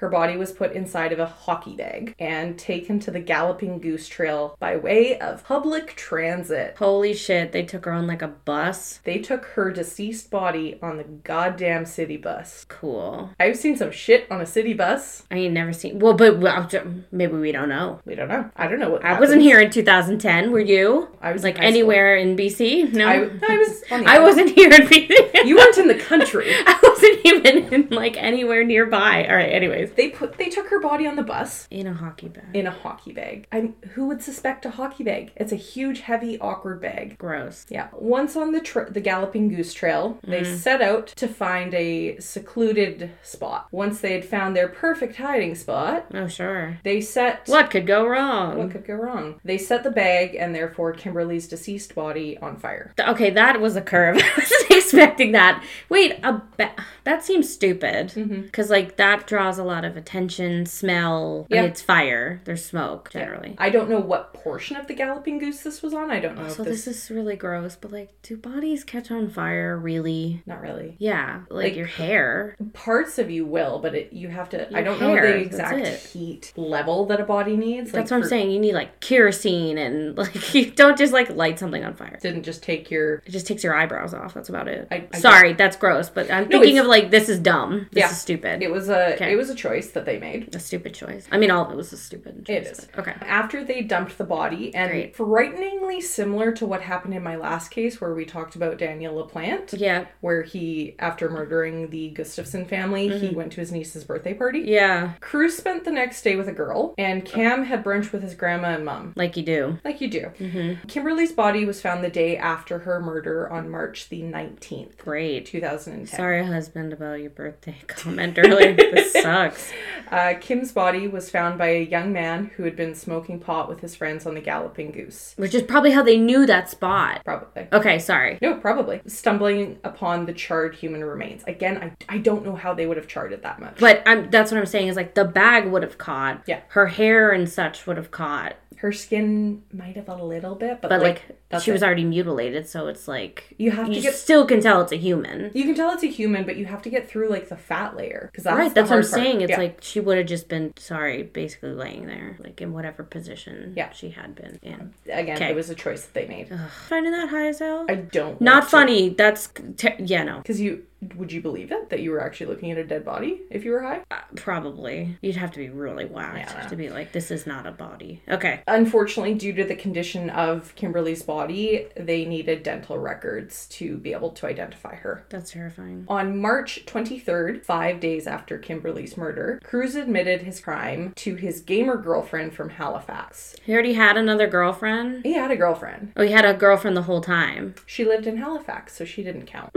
Speaker 2: her body was put inside of a hockey bag and taken to the Galloping Goose Trail by way of public transit.
Speaker 1: Holy shit! They took her on like a bus.
Speaker 2: They took her deceased body on the goddamn city bus.
Speaker 1: Cool.
Speaker 2: I've seen some shit on a city bus.
Speaker 1: I ain't never seen. Well, but well, maybe we don't know.
Speaker 2: We don't know. I don't know what
Speaker 1: I wasn't here in 20ten. Were you?
Speaker 2: I was in
Speaker 1: like
Speaker 2: high school.
Speaker 1: anywhere in BC. No,
Speaker 2: I, I was on the
Speaker 1: I wasn't (laughs) here in BC.
Speaker 2: (laughs) You weren't in the country.
Speaker 1: (laughs) I wasn't even in like anywhere nearby. All right, anyways.
Speaker 2: They put they took her body on the bus
Speaker 1: In a hockey bag.
Speaker 2: in a hockey bag. I who would suspect a hockey bag? It's a huge, heavy, awkward bag.
Speaker 1: Gross.
Speaker 2: Yeah. Once on the tr the Galloping Goose Trail, they
Speaker 1: Mm-hmm.
Speaker 2: set out to find a secluded spot. Once they had found their perfect hiding spot,
Speaker 1: Oh, sure.
Speaker 2: they set
Speaker 1: What could go wrong?
Speaker 2: What could go wrong? They set the bag and therefore Kimberly's deceased body on fire.
Speaker 1: Th- Okay, that was a curve. (laughs) I wasn't expecting that. Wait, a ba- that seems stupid. Because, like, that draws a lot of attention, smell. I mean,
Speaker 2: Yeah.
Speaker 1: it's fire. There's smoke, generally.
Speaker 2: I don't know what portion of the Galloping Goose this was on. I don't know
Speaker 1: Oh, So,
Speaker 2: if this,
Speaker 1: this is really gross, but, like, do bodies catch on fire, really?
Speaker 2: not really.
Speaker 1: Yeah. Like,
Speaker 2: Like-
Speaker 1: your hair.
Speaker 2: Parts of you will, but it, you have to. I
Speaker 1: Your
Speaker 2: don't know
Speaker 1: hair,
Speaker 2: the
Speaker 1: that's
Speaker 2: exact
Speaker 1: it.
Speaker 2: heat level that a body needs.
Speaker 1: That's
Speaker 2: like,
Speaker 1: what I'm
Speaker 2: for-
Speaker 1: saying. You need, like, kerosene and, (laughs) like, you don't just, like, light something on fire.
Speaker 2: Didn't just take your.
Speaker 1: It just takes your eyebrows off. That's about it.
Speaker 2: I- I
Speaker 1: Sorry, that's gross, but I'm
Speaker 2: No,
Speaker 1: thinking
Speaker 2: it's-
Speaker 1: of like this is dumb. This
Speaker 2: Yeah.
Speaker 1: is stupid.
Speaker 2: It was a.
Speaker 1: Okay.
Speaker 2: It was a choice that they made.
Speaker 1: a stupid choice. I mean, all of it was a stupid choice.
Speaker 2: It is.
Speaker 1: but- Okay.
Speaker 2: After they dumped the body, and
Speaker 1: Great.
Speaker 2: frighteningly similar to what happened in my last case where we talked about Daniel LaPlante,
Speaker 1: Yeah.
Speaker 2: where he, after murdering the Gustafson family,
Speaker 1: Mm-hmm.
Speaker 2: he went to his niece's birthday party.
Speaker 1: Yeah.
Speaker 2: Cruz spent the next day with a girl, and
Speaker 1: Oh.
Speaker 2: Cam had brunch with his grandma and mom.
Speaker 1: Like you do.
Speaker 2: Like you do.
Speaker 1: Mm-hmm.
Speaker 2: Kimberly's body was found the day after her murder on March the 19th,
Speaker 1: Great.
Speaker 2: 2010.
Speaker 1: Sorry, husband, about your birthday (laughs) comment earlier.
Speaker 2: (laughs)
Speaker 1: this sucks.
Speaker 2: Uh, Kim's body was found by a young man who had been smoking pot with his friends on the Galloping Goose.
Speaker 1: Which is probably how they knew that spot.
Speaker 2: Probably.
Speaker 1: Okay, sorry.
Speaker 2: No, probably. Stumbling upon the charred human remains. Again, I, I don't know how they would have charred it that much.
Speaker 1: But I'm, that's what I'm saying is like the bag would have caught.
Speaker 2: Yeah.
Speaker 1: Her hair and such would have caught.
Speaker 2: Her skin might have a little bit, but,
Speaker 1: But
Speaker 2: like,
Speaker 1: like,
Speaker 2: that's
Speaker 1: she was
Speaker 2: it.
Speaker 1: already mutilated, so it's like
Speaker 2: You have to
Speaker 1: you
Speaker 2: get-
Speaker 1: still can tell it's a human.
Speaker 2: You can tell it's a human, but you have to get through like the fat layer because that's
Speaker 1: Right,
Speaker 2: the
Speaker 1: that's what I'm
Speaker 2: hard part.
Speaker 1: saying. It's
Speaker 2: Yeah.
Speaker 1: like she would have just been sorry, basically laying there, like in whatever position
Speaker 2: Yeah.
Speaker 1: she had been in.
Speaker 2: again,
Speaker 1: Okay.
Speaker 2: it was a choice that they made.
Speaker 1: Ugh. Finding that high as hell.
Speaker 2: I don't
Speaker 1: Not funny. That's te- yeah, no.
Speaker 2: because you Would you believe it that you were actually looking at a dead body if you were high?
Speaker 1: Uh, probably. You'd have to be really whacked
Speaker 2: Yeah.
Speaker 1: to be like, this is not a body. Okay.
Speaker 2: Unfortunately, due to the condition of Kimberly's body, they needed dental records to be able to identify her.
Speaker 1: That's terrifying.
Speaker 2: On March 23rd, five days after Kimberly's murder, Cruz admitted his crime to his gamer girlfriend from Halifax.
Speaker 1: He already had another girlfriend.
Speaker 2: He had a girlfriend.
Speaker 1: Oh, he had a girlfriend the whole time.
Speaker 2: She lived in Halifax, so she didn't count.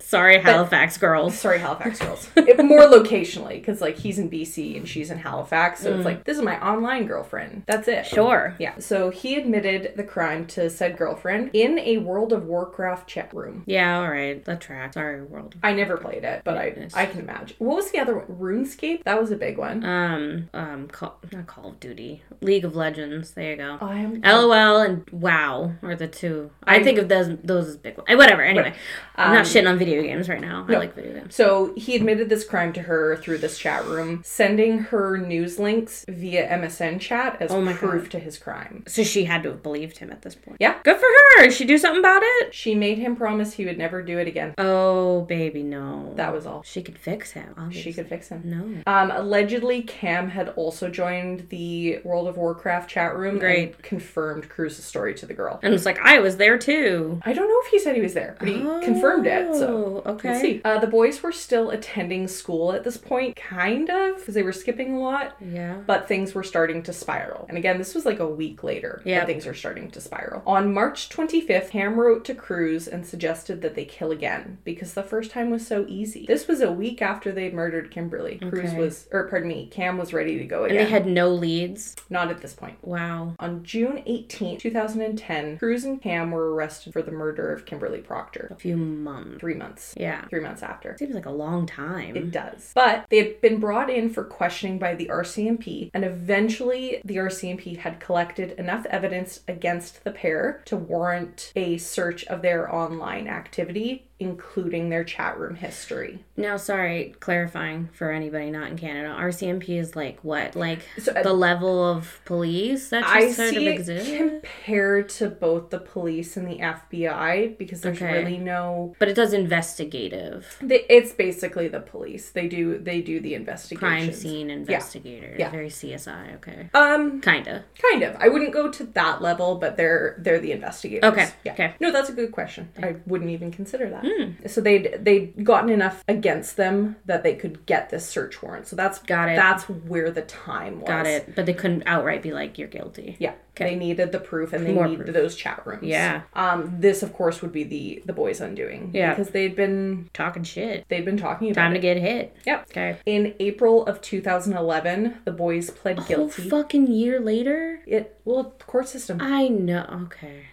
Speaker 1: Sorry, Halifax girls.
Speaker 2: Sorry, Halifax girls. It, more locationally, because like he's in BC and she's in Halifax, so it's like this is my online girlfriend. That's it.
Speaker 1: Sure.
Speaker 2: Yeah. So he admitted the crime to said girlfriend in a World of Warcraft chat room.
Speaker 1: Yeah, all right. That track. Sorry, world.
Speaker 2: I never played it, but I
Speaker 1: Goodness.
Speaker 2: I can imagine. What was the other one? RuneScape. That was a big one.
Speaker 1: Um, um, call, not Call of Duty, League of Legends. There you go.
Speaker 2: I am
Speaker 1: LOL and WoW are the two. I think of those those as big ones. Eh, Whatever. Anyway, I'm
Speaker 2: Um,
Speaker 1: not shitting on video games right now. I like video games.
Speaker 2: So he admitted this crime to her through this chat room, sending her news links via MSN chat as
Speaker 1: Oh my
Speaker 2: proof to his crime.
Speaker 1: So she had to have believed him at this point.
Speaker 2: Yeah.
Speaker 1: Good for her. Did she do something about it?
Speaker 2: She made him promise he would never do it again.
Speaker 1: Oh, baby, no.
Speaker 2: That was all.
Speaker 1: she could fix him.
Speaker 2: She
Speaker 1: Obviously.
Speaker 2: could fix him.
Speaker 1: No.
Speaker 2: Um, allegedly, Cam had also joined the World of Warcraft chat room and
Speaker 1: Great.
Speaker 2: confirmed Cruz's story to the girl.
Speaker 1: And it's like I was there too.
Speaker 2: I don't know if he said he was there, but he confirmed it, so
Speaker 1: Oh, okay.
Speaker 2: We'll see. Uh, the boys were still attending school at this point, kind of, because they were skipping a lot.
Speaker 1: Yeah.
Speaker 2: But things were starting to spiral. And again, this was like a week later when
Speaker 1: Yeah.
Speaker 2: things were starting to spiral. On March 25th, Ham wrote to Cruz and suggested that they kill again because the first time was so easy. This was a week after they murdered Kimberly. Cruz
Speaker 1: Okay.
Speaker 2: was, or pardon me, Cam was ready to go
Speaker 1: And
Speaker 2: again.
Speaker 1: they had no leads.
Speaker 2: Not at this point.
Speaker 1: Wow.
Speaker 2: On June 18th, 2010, Cruz and Cam were arrested for the murder of Kimberly Proctor
Speaker 1: A few months.
Speaker 2: three months,
Speaker 1: Yeah.
Speaker 2: three months after.
Speaker 1: Seems like a long time.
Speaker 2: It does. But they had been brought in for questioning by the RCMP, and eventually the RCMP had collected enough evidence against the pair to warrant a search of their online activity, including their chat room history.
Speaker 1: Now, sorry, clarifying for anybody not in Canada, RCMP is like what? Like
Speaker 2: So, uh,
Speaker 1: the level of police that just
Speaker 2: I
Speaker 1: sort
Speaker 2: see
Speaker 1: of
Speaker 2: it
Speaker 1: exists?
Speaker 2: compared to both the police and the FBI because there's
Speaker 1: Okay.
Speaker 2: really no.
Speaker 1: But it does investigative.
Speaker 2: they- It's basically the police. They do they do the investigations.
Speaker 1: Crime scene investigator.
Speaker 2: Yeah.
Speaker 1: Very CSI, okay.
Speaker 2: Um,
Speaker 1: Kinda.
Speaker 2: Kind of. I wouldn't go to that level, but they're they're the investigators.
Speaker 1: Okay,
Speaker 2: Yeah.
Speaker 1: okay. Hmm.
Speaker 2: No, that's a good question. I wouldn't even consider that. So they'd they'd gotten enough against them that they could get this search warrant. So that's
Speaker 1: Got it.
Speaker 2: That's where the time was.
Speaker 1: Got it. But they couldn't outright be like, you're guilty.
Speaker 2: Yeah. They needed the proof and they
Speaker 1: More
Speaker 2: needed those chat rooms.
Speaker 1: Yeah.
Speaker 2: Um, this of course would be the the boys undoing.
Speaker 1: Yeah.
Speaker 2: Because they'd been
Speaker 1: Talking shit.
Speaker 2: they'd been talking about
Speaker 1: Time
Speaker 2: it.
Speaker 1: to get hit.
Speaker 2: Yep.
Speaker 1: Okay.
Speaker 2: In April of 2011, the boys pled
Speaker 1: Whole
Speaker 2: guilty.
Speaker 1: fucking year later?
Speaker 2: it well, the court system.
Speaker 1: I know.
Speaker 2: (laughs)
Speaker 1: Okay.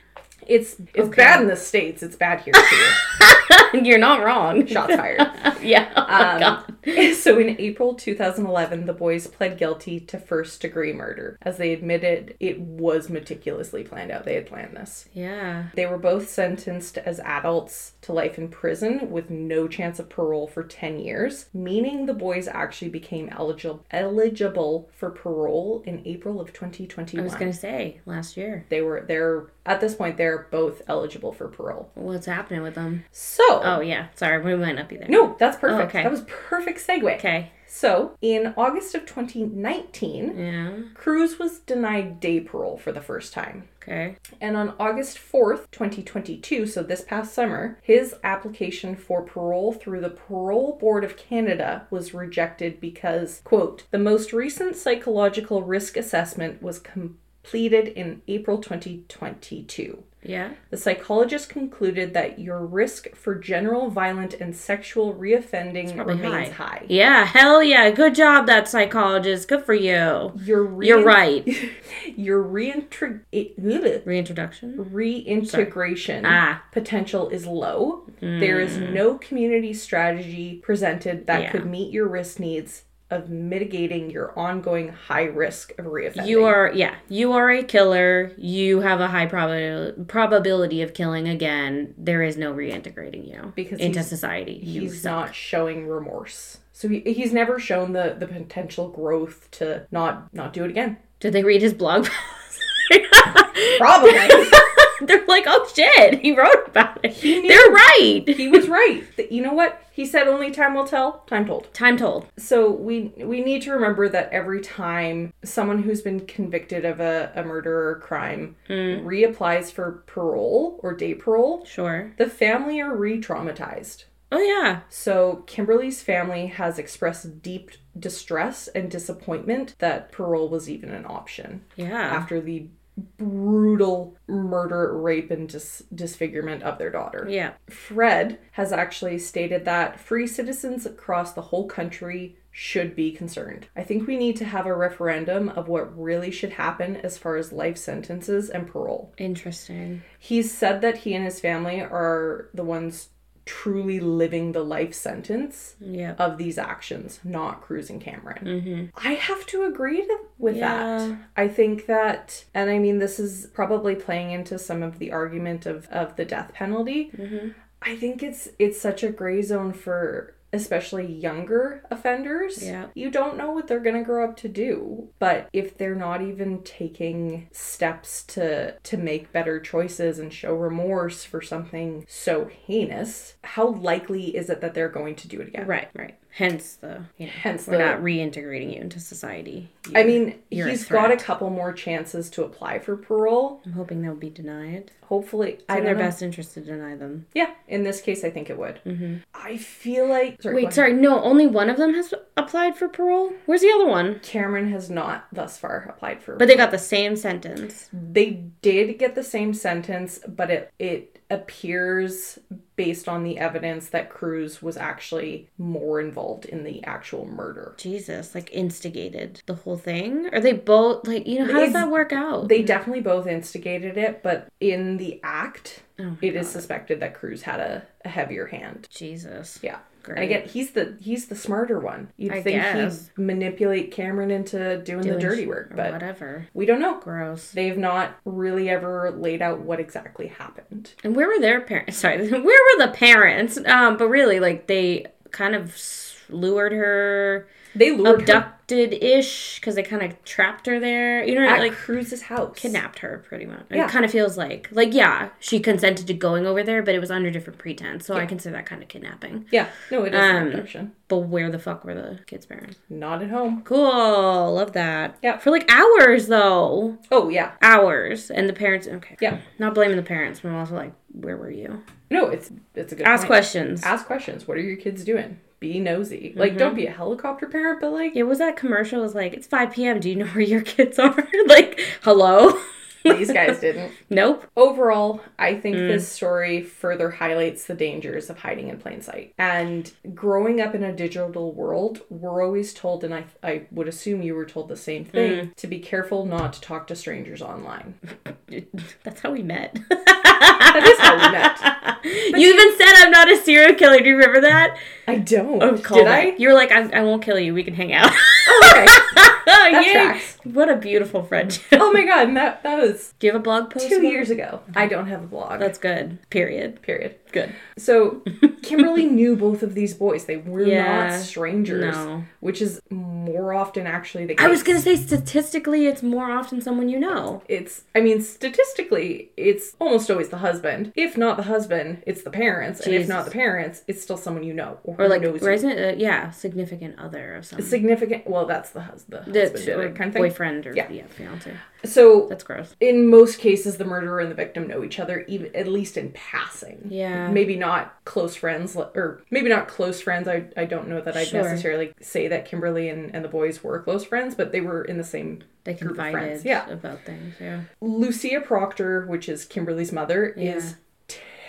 Speaker 2: It's it's bad in the states. It's bad here
Speaker 1: (laughs)
Speaker 2: too.
Speaker 1: You're not (laughs) wrong.
Speaker 2: Shots fired. Um,
Speaker 1: yeah. Oh, God.
Speaker 2: (laughs) so in April 2011, the boys pled guilty to first degree murder, as they admitted it was meticulously planned out. They had planned this.
Speaker 1: Yeah.
Speaker 2: They were both sentenced as adults to life in prison with no chance of parole for 10 years, meaning the boys actually became eligible eligible for parole in April of 2021.
Speaker 1: I was going to say last year.
Speaker 2: they were they're at this point they're both eligible for parole.
Speaker 1: What's happening with them?
Speaker 2: So
Speaker 1: Oh, yeah. Sorry. We might not be there.
Speaker 2: no, that's perfect.
Speaker 1: okay.
Speaker 2: That was perfect segue.
Speaker 1: Okay.
Speaker 2: So, in August of 2019,
Speaker 1: Yeah.
Speaker 2: Cruz was denied day parole for the first time.
Speaker 1: Okay.
Speaker 2: And on August 4th, 2022, so this past summer, his application for parole through the Parole Board of Canada was rejected because, quote, the most recent psychological risk assessment was completed in April 2022.
Speaker 1: Yeah.
Speaker 2: The psychologist concluded that your risk for general violent and sexual reoffending remains high.
Speaker 1: Yeah. Hell yeah. Good job, that psychologist. Good for you.
Speaker 2: Your re-
Speaker 1: You're right.
Speaker 2: Your reinteg- it-
Speaker 1: Reintroduction.
Speaker 2: reintegration
Speaker 1: Ah. Mm.
Speaker 2: potential is low. There is no community strategy presented that
Speaker 1: Yeah.
Speaker 2: could meet your risk needs of mitigating your ongoing high risk of reoffending.
Speaker 1: You are yeah. You are a killer. You have a high probabil- probability of killing again. There is no reintegrating you
Speaker 2: Because
Speaker 1: into
Speaker 2: he's-
Speaker 1: society. You
Speaker 2: He's
Speaker 1: suck.
Speaker 2: not showing remorse. So he, he's never shown the, the potential growth
Speaker 1: (laughs)
Speaker 2: to not not do it again.
Speaker 1: Did they read his blog? post?
Speaker 2: Probably.
Speaker 1: (laughs) They're like, oh shit, he wrote about it.
Speaker 2: knew.
Speaker 1: They're right.
Speaker 2: He was right. Th- You know what? He said only time will tell. Time told.
Speaker 1: Time told.
Speaker 2: So we we need to remember that every time someone who's been convicted of a, a murder or crime reapplies for parole or day parole,
Speaker 1: Sure.
Speaker 2: the family are re-traumatized.
Speaker 1: Oh yeah.
Speaker 2: So Kimberly's family has expressed deep distress and disappointment that parole was even an option
Speaker 1: Yeah.
Speaker 2: after the brutal murder, rape, and dis- disfigurement of their daughter.
Speaker 1: Yeah.
Speaker 2: Fred has actually stated that free citizens across the whole country should be concerned. I think we need to have a referendum of what really should happen as far as life sentences and parole.
Speaker 1: Interesting.
Speaker 2: He's said that he and his family are the ones truly living the life sentence
Speaker 1: Yeah. Mm-hmm.
Speaker 2: of these actions, not Cruz and Cameron. I have to agree to, with
Speaker 1: Yeah.
Speaker 2: that. I think that, and I mean, this is probably playing into some of the argument of, of the death penalty.
Speaker 1: Mm-hmm.
Speaker 2: I think it's it's such a gray zone for especially younger offenders.
Speaker 1: Yeah.
Speaker 2: You don't know what they're going to grow up to do, but if they're not even taking steps to to make better choices and show remorse for something so heinous, how likely is it that they're going to do it again?
Speaker 1: Right. Right. Hence the you know,
Speaker 2: Hence
Speaker 1: we're
Speaker 2: the-
Speaker 1: not reintegrating you into society.
Speaker 2: I mean,
Speaker 1: You're a
Speaker 2: he's got a
Speaker 1: threat.
Speaker 2: couple more chances to apply for parole.
Speaker 1: I'm hoping they'll be denied.
Speaker 2: Hopefully,
Speaker 1: It's
Speaker 2: I
Speaker 1: in
Speaker 2: don't
Speaker 1: their
Speaker 2: know.
Speaker 1: best interest to deny them.
Speaker 2: Yeah, in this case, I think it would. I feel like sorry, go
Speaker 1: Wait,
Speaker 2: ahead.
Speaker 1: Mm-hmm. sorry. No, only one of them has applied for parole. Where's the other one?
Speaker 2: Cameron has not thus far applied for.
Speaker 1: But they got the same sentence.
Speaker 2: they did get the same sentence, but it it appears based on the evidence that Cruz was actually more involved in the actual murder.
Speaker 1: Jesus, like instigated the whole thing? Are they both like you know how
Speaker 2: It's-
Speaker 1: does that work out?
Speaker 2: They definitely both instigated it, but in the act,
Speaker 1: Oh my
Speaker 2: it is suspected that Cruz had a, a heavier hand.
Speaker 1: Jesus.
Speaker 2: Yeah.
Speaker 1: Great.
Speaker 2: And again, he's the he's the smarter one. You'd
Speaker 1: I
Speaker 2: think
Speaker 1: guess.
Speaker 2: he'd manipulate Cameron into doing, the
Speaker 1: Doing
Speaker 2: dirty
Speaker 1: sh-
Speaker 2: work,
Speaker 1: or
Speaker 2: but
Speaker 1: whatever.
Speaker 2: we don't know.
Speaker 1: Gross.
Speaker 2: They've not really ever laid out what exactly happened.
Speaker 1: And where were their parents? (laughs) Sorry, where were the parents? Um, but really, like they kind of s- lured her,
Speaker 2: They lured her
Speaker 1: abducted ish, because they kind of trapped her there. You know,
Speaker 2: at
Speaker 1: like
Speaker 2: Cruz's house.
Speaker 1: kidnapped her pretty much.
Speaker 2: Yeah.
Speaker 1: It kind of feels like, like yeah, she consented to going over there, but it was under different pretense. So I consider that kind of kidnapping.
Speaker 2: Yeah, no, it is an
Speaker 1: Um,
Speaker 2: abduction.
Speaker 1: But where the fuck were the kids' parents?
Speaker 2: Not at home.
Speaker 1: Cool, love that.
Speaker 2: Yeah.
Speaker 1: for like hours though,
Speaker 2: Oh yeah,
Speaker 1: hours, and the parents. Okay,
Speaker 2: Yeah.
Speaker 1: not blaming the parents, but I'm also like, where were you?
Speaker 2: no, it's it's a good.
Speaker 1: Ask
Speaker 2: point.
Speaker 1: questions.
Speaker 2: Ask questions. What are your kids doing? Be nosy.
Speaker 1: Mm-hmm.
Speaker 2: Like, don't be a helicopter parent, but like,
Speaker 1: (laughs) Yeah, what was that commercial? It was like, it's 5 p.m. Do you know where your kids are? (laughs) like, hello? (laughs)
Speaker 2: these guys didn't.
Speaker 1: nope. (laughs)
Speaker 2: Overall, I think
Speaker 1: Hmm.
Speaker 2: this story further highlights the dangers of hiding in plain sight. And growing up in a digital world, we're always told, and I, I would assume you were told the same
Speaker 1: Hmm.
Speaker 2: thing, to be careful not to talk to strangers online.
Speaker 1: That's how we met. (laughs)
Speaker 2: That is how we met.
Speaker 1: you even said I'm not a serial killer. Do you remember that?
Speaker 2: I don't.
Speaker 1: Callback.
Speaker 2: Oh, Did I?
Speaker 1: You were like, I, I won't kill you. We can hang out.
Speaker 2: Okay.
Speaker 1: (laughs) oh, yay.
Speaker 2: tracks.
Speaker 1: What a beautiful friendship.
Speaker 2: Oh my god, and that that was
Speaker 1: Do you have a blog post?
Speaker 2: two
Speaker 1: Mom?
Speaker 2: years ago. I don't have a blog.
Speaker 1: That's good. Period.
Speaker 2: period.
Speaker 1: Good. (laughs)
Speaker 2: So Kimberly knew both of these boys. They were
Speaker 1: Yeah.
Speaker 2: not strangers,
Speaker 1: No.
Speaker 2: which is more often actually the case.
Speaker 1: I was going to say, statistically, it's more often someone you know.
Speaker 2: It's, I mean, statistically, it's almost always the husband. If not the husband, it's the parents, and if
Speaker 1: Jesus.
Speaker 2: not the parents, it's still someone you know or,
Speaker 1: Or
Speaker 2: who
Speaker 1: like,
Speaker 2: knows
Speaker 1: or
Speaker 2: you.
Speaker 1: isn't it, uh, yeah, significant other of some
Speaker 2: significant. Well, that's the husband, the husband
Speaker 1: That's-
Speaker 2: did
Speaker 1: or
Speaker 2: it kind of thing.
Speaker 1: boyfriend or
Speaker 2: Yeah.
Speaker 1: yeah, fiance.
Speaker 2: So
Speaker 1: That's gross.
Speaker 2: in most cases, the murderer and the victim know each other, even at least in passing.
Speaker 1: Yeah.
Speaker 2: Maybe not close friends, li- or maybe not close friends. I, I don't know that I'd
Speaker 1: Sure.
Speaker 2: necessarily say that Kimberly and, and the boys were close friends, but they were in the same.
Speaker 1: they
Speaker 2: group of
Speaker 1: confided
Speaker 2: friends. Yeah.
Speaker 1: about things. Yeah.
Speaker 2: Lucia Proctor, which is Kimberly's mother, is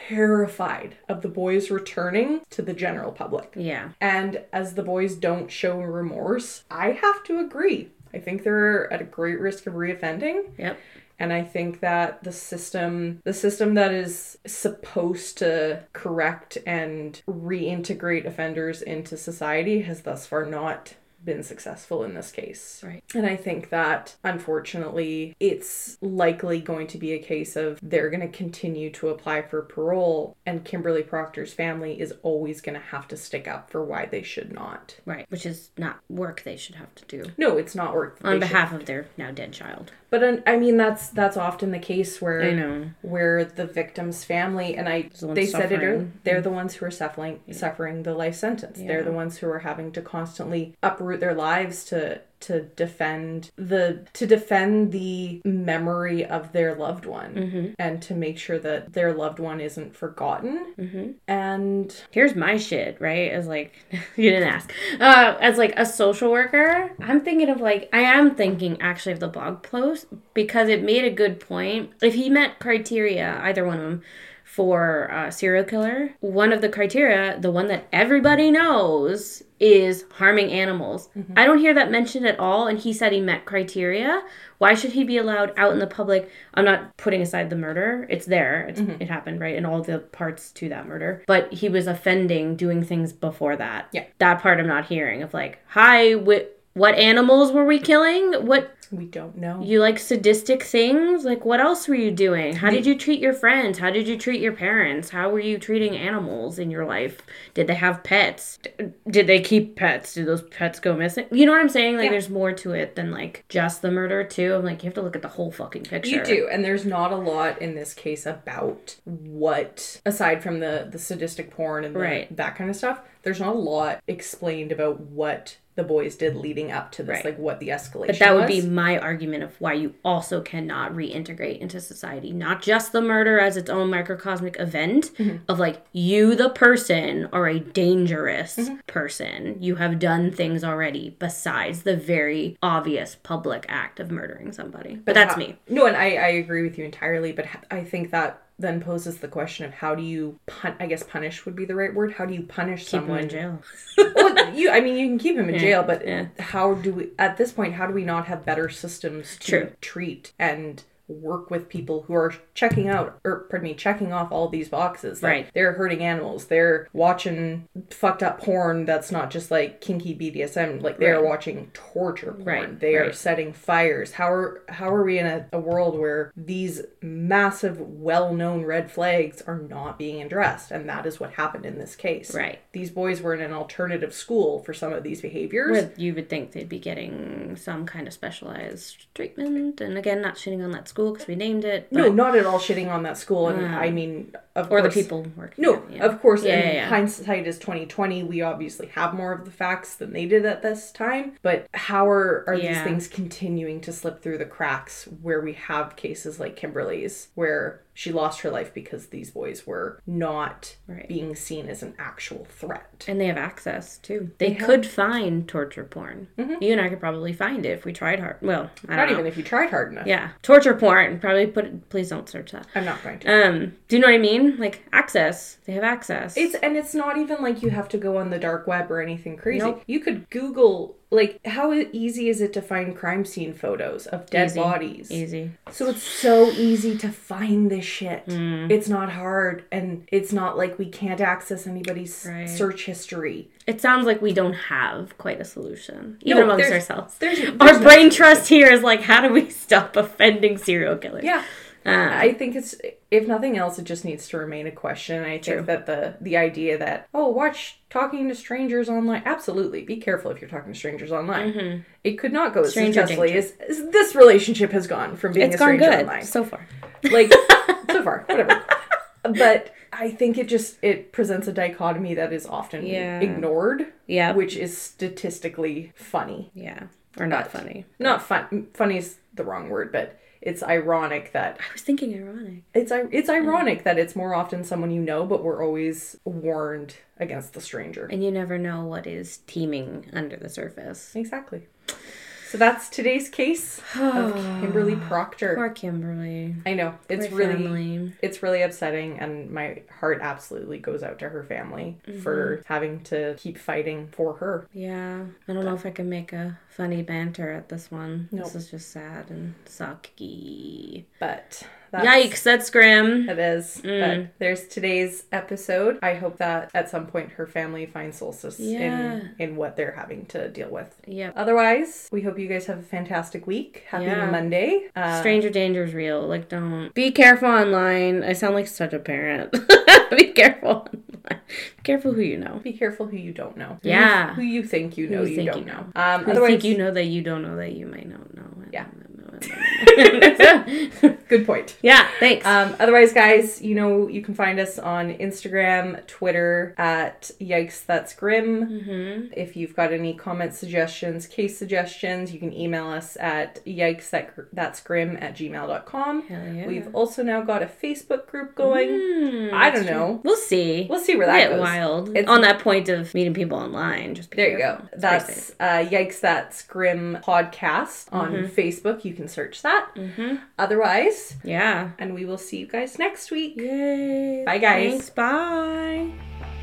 Speaker 2: terrified of the boys returning to the general public.
Speaker 1: Yeah.
Speaker 2: And as the boys don't show remorse, I have to agree. I think they're at a great risk of reoffending.
Speaker 1: Yep.
Speaker 2: and i think that the system the system that is supposed to correct and reintegrate offenders into society has thus far not been successful in this case.
Speaker 1: Right.
Speaker 2: And I think that unfortunately, it's likely going to be a case of they're going to continue to apply for parole, and Kimberly Proctor's family is always going to have to stick up for why they should not.
Speaker 1: Right. Which is not work they should have to do
Speaker 2: No, it's not worth.
Speaker 1: on
Speaker 2: they should-
Speaker 1: behalf of their now dead child.
Speaker 2: But un- I mean, that's that's often the case where
Speaker 1: I know.
Speaker 2: where the victim's family and I
Speaker 1: the ones
Speaker 2: they said it earlier,
Speaker 1: suffering. Mm-hmm.
Speaker 2: they're the ones who are suffering suffering the life sentence. They're the ones who are having to constantly uproot their lives to to defend the to defend the memory of their loved one
Speaker 1: Mm-hmm.
Speaker 2: and to make sure that their loved one isn't forgotten.
Speaker 1: Mm-hmm.
Speaker 2: And
Speaker 1: here's my shit, right? As like, (laughs) you didn't ask. Uh, as like a social worker, I'm thinking of like, I am thinking actually of the blog post because it made a good point. If he met criteria, either one of them, for uh, serial killer, one of the criteria, the one that everybody knows, is harming animals. I don't hear that mentioned at all, and he said he met criteria. Why should he be allowed out in the public? I'm not putting aside the murder. It's there. It's, It happened, right? And all the parts to that murder. But he was offending doing things before that.
Speaker 2: Yeah.
Speaker 1: That part I'm not hearing of like, hi, wh- what animals were we killing? What
Speaker 2: we don't know.
Speaker 1: you like sadistic things? Like what else were you doing? How did you treat your friends? How did you treat your parents? How were you treating animals in your life? Did they have pets? D- Did they keep pets? Did those pets go missing? You know what I'm saying? Like
Speaker 2: Yeah.
Speaker 1: there's more to it than like just the murder too. I'm like you have to look at the whole fucking picture.
Speaker 2: You do, and there's not a lot in this case about what, aside from the the sadistic porn and the,
Speaker 1: Right.
Speaker 2: that kind of stuff. There's not a lot explained about what the boys did leading up to this,
Speaker 1: Right.
Speaker 2: like what the escalation.
Speaker 1: But that would
Speaker 2: was.
Speaker 1: be my argument of why you also cannot reintegrate into society. Not just the murder as its own microcosmic event
Speaker 2: Mm-hmm.
Speaker 1: of like you, the person, are a dangerous
Speaker 2: Mm-hmm.
Speaker 1: person. You have done things already besides the very obvious public act of murdering somebody. But, that's
Speaker 2: how-
Speaker 1: me.
Speaker 2: No, and I, I agree with you entirely, but h- I think that then poses the question of how do you pun I guess punish would be the right word. How do you punish
Speaker 1: I'm in (laughs)
Speaker 2: someone?
Speaker 1: jail.
Speaker 2: well, you I mean you can keep him in jail, but
Speaker 1: yeah.
Speaker 2: how do we at this point how do we not have better systems to
Speaker 1: True.
Speaker 2: treat and work with people who are checking out or pardon me checking off all these boxes Like,
Speaker 1: Right.
Speaker 2: they're hurting animals they're watching fucked up porn that's not just like kinky bdsm like they're watching torture porn
Speaker 1: Right,
Speaker 2: they are
Speaker 1: right.
Speaker 2: setting fires how are how are we in a, a world where these massive well-known red flags are not being addressed and that is what happened in this case
Speaker 1: Right.
Speaker 2: these boys were in an alternative school for some of these behaviors.
Speaker 1: Where you would think they'd be getting some kind of specialized treatment. And again, not shitting on that school because we named it.
Speaker 2: no,
Speaker 1: but-
Speaker 2: not at all shitting on that school, and I mean, of
Speaker 1: Mm. or the
Speaker 2: course,
Speaker 1: people working.
Speaker 2: No,
Speaker 1: there,
Speaker 2: of course.
Speaker 1: Yeah,
Speaker 2: in
Speaker 1: yeah, yeah.
Speaker 2: hindsight is twenty twenty. We obviously have more of the facts than they did at this time. But how are are these
Speaker 1: Yeah.
Speaker 2: things continuing to slip through the cracks? Where we have cases like Kimberly's, where she lost her life because these boys were not
Speaker 1: Right.
Speaker 2: being seen as an actual threat.
Speaker 1: And they have access too. They could find torture porn. You and I could probably find it if we tried hard. Well, I
Speaker 2: not
Speaker 1: don't know.
Speaker 2: even if you tried hard enough.
Speaker 1: Yeah, torture porn. Probably put. It, please don't search that.
Speaker 2: I'm not going to.
Speaker 1: Um, do you know what I mean? Like access. They have access.
Speaker 2: It's and it's not even like you have to go on the dark web or anything crazy.
Speaker 1: Nope.
Speaker 2: You could Google like how e- easy is it to find crime scene photos of dead
Speaker 1: Easy.
Speaker 2: bodies.
Speaker 1: easy.
Speaker 2: So it's so easy to find this shit.
Speaker 1: Mm.
Speaker 2: It's not hard and it's not like we can't access anybody's
Speaker 1: Right.
Speaker 2: search history. Oh,
Speaker 1: It sounds like we don't have quite a solution, even amongst
Speaker 2: there's-
Speaker 1: ourselves.
Speaker 2: There's,
Speaker 1: Our brain trust here is like, how do we stop offending serial killers?
Speaker 2: Yeah.
Speaker 1: Um,
Speaker 2: I think it's if nothing else, it just needs to remain a question. I think that the the idea that oh, watch talking to strangers online. Absolutely, be careful if you're talking to strangers online. It could not go as
Speaker 1: Mm-hmm. Stranger
Speaker 2: successfully as, as this relationship has gone from being
Speaker 1: it's
Speaker 2: a
Speaker 1: gone
Speaker 2: stranger
Speaker 1: good
Speaker 2: online.
Speaker 1: so far.
Speaker 2: Like
Speaker 1: (laughs)
Speaker 2: so far, whatever. But I think it just it presents a dichotomy that is often
Speaker 1: Yeah.
Speaker 2: ignored,
Speaker 1: Yeah.
Speaker 2: which is statistically funny
Speaker 1: yeah, or not funny.
Speaker 2: not fun funny is the wrong word but it's ironic that
Speaker 1: I was thinking ironic.
Speaker 2: it's i- it's ironic that it's more often someone you know but we're always warned against the stranger
Speaker 1: And you never know what is teeming under the surface.
Speaker 2: exactly so that's today's case
Speaker 1: (sighs)
Speaker 2: of kimberly proctor
Speaker 1: Poor Kimberly.
Speaker 2: i know it's
Speaker 1: Poor
Speaker 2: really
Speaker 1: family.
Speaker 2: it's really upsetting and my heart absolutely goes out to her family for
Speaker 1: Mm-hmm.
Speaker 2: having to keep fighting for her
Speaker 1: Yeah. I don't know if I can make a funny banter at this one. This is just sad and sucky.
Speaker 2: but That's,
Speaker 1: Yikes, that's grim.
Speaker 2: It is.
Speaker 1: Mm.
Speaker 2: But there's today's episode. I hope that at some point her family finds solace
Speaker 1: Yeah.
Speaker 2: in, in what they're having to deal with.
Speaker 1: Yep.
Speaker 2: Otherwise, we hope you guys have a fantastic week. Happy
Speaker 1: Yeah.
Speaker 2: Monday. Uh,
Speaker 1: Stranger danger is real. Like, don't be careful online. I sound like such a parent. (laughs) be careful online. Be careful who you know.
Speaker 2: Be careful who you don't know. Who you-
Speaker 1: Yeah.
Speaker 2: Who you think you
Speaker 1: Who
Speaker 2: know,
Speaker 1: you
Speaker 2: you,
Speaker 1: think
Speaker 2: don't
Speaker 1: you
Speaker 2: know. Um,
Speaker 1: Who
Speaker 2: otherwise,
Speaker 1: think you know that you don't know that you might not know.
Speaker 2: Yeah.
Speaker 1: Yeah.
Speaker 2: good point.
Speaker 1: (laughs) yeah. Thanks.
Speaker 2: Um, otherwise, guys, you know you can find us on Instagram, Twitter at Yikes That's Grim.
Speaker 1: mm-hmm.
Speaker 2: If you've got any comments, suggestions, case suggestions, you can email us at yikes that's grim at gmail.com.
Speaker 1: Hell yeah.
Speaker 2: We've also now got a Facebook group going.
Speaker 1: Hmm,
Speaker 2: I
Speaker 1: that's
Speaker 2: don't
Speaker 1: true.
Speaker 2: know.
Speaker 1: We'll see.
Speaker 2: We'll see where that
Speaker 1: Get
Speaker 2: goes.
Speaker 1: wild
Speaker 2: It's-
Speaker 1: on that point of meeting people online. Just be
Speaker 2: There you
Speaker 1: careful.
Speaker 2: go.
Speaker 1: It's pretty safe. Mm-hmm.
Speaker 2: That's uh, Yikes That's Grim podcast on Facebook. You can search that. Otherwise,
Speaker 1: yeah.
Speaker 2: and we will see you guys next week.
Speaker 1: Yay.
Speaker 2: Bye, guys.
Speaker 1: Thanks. Bye.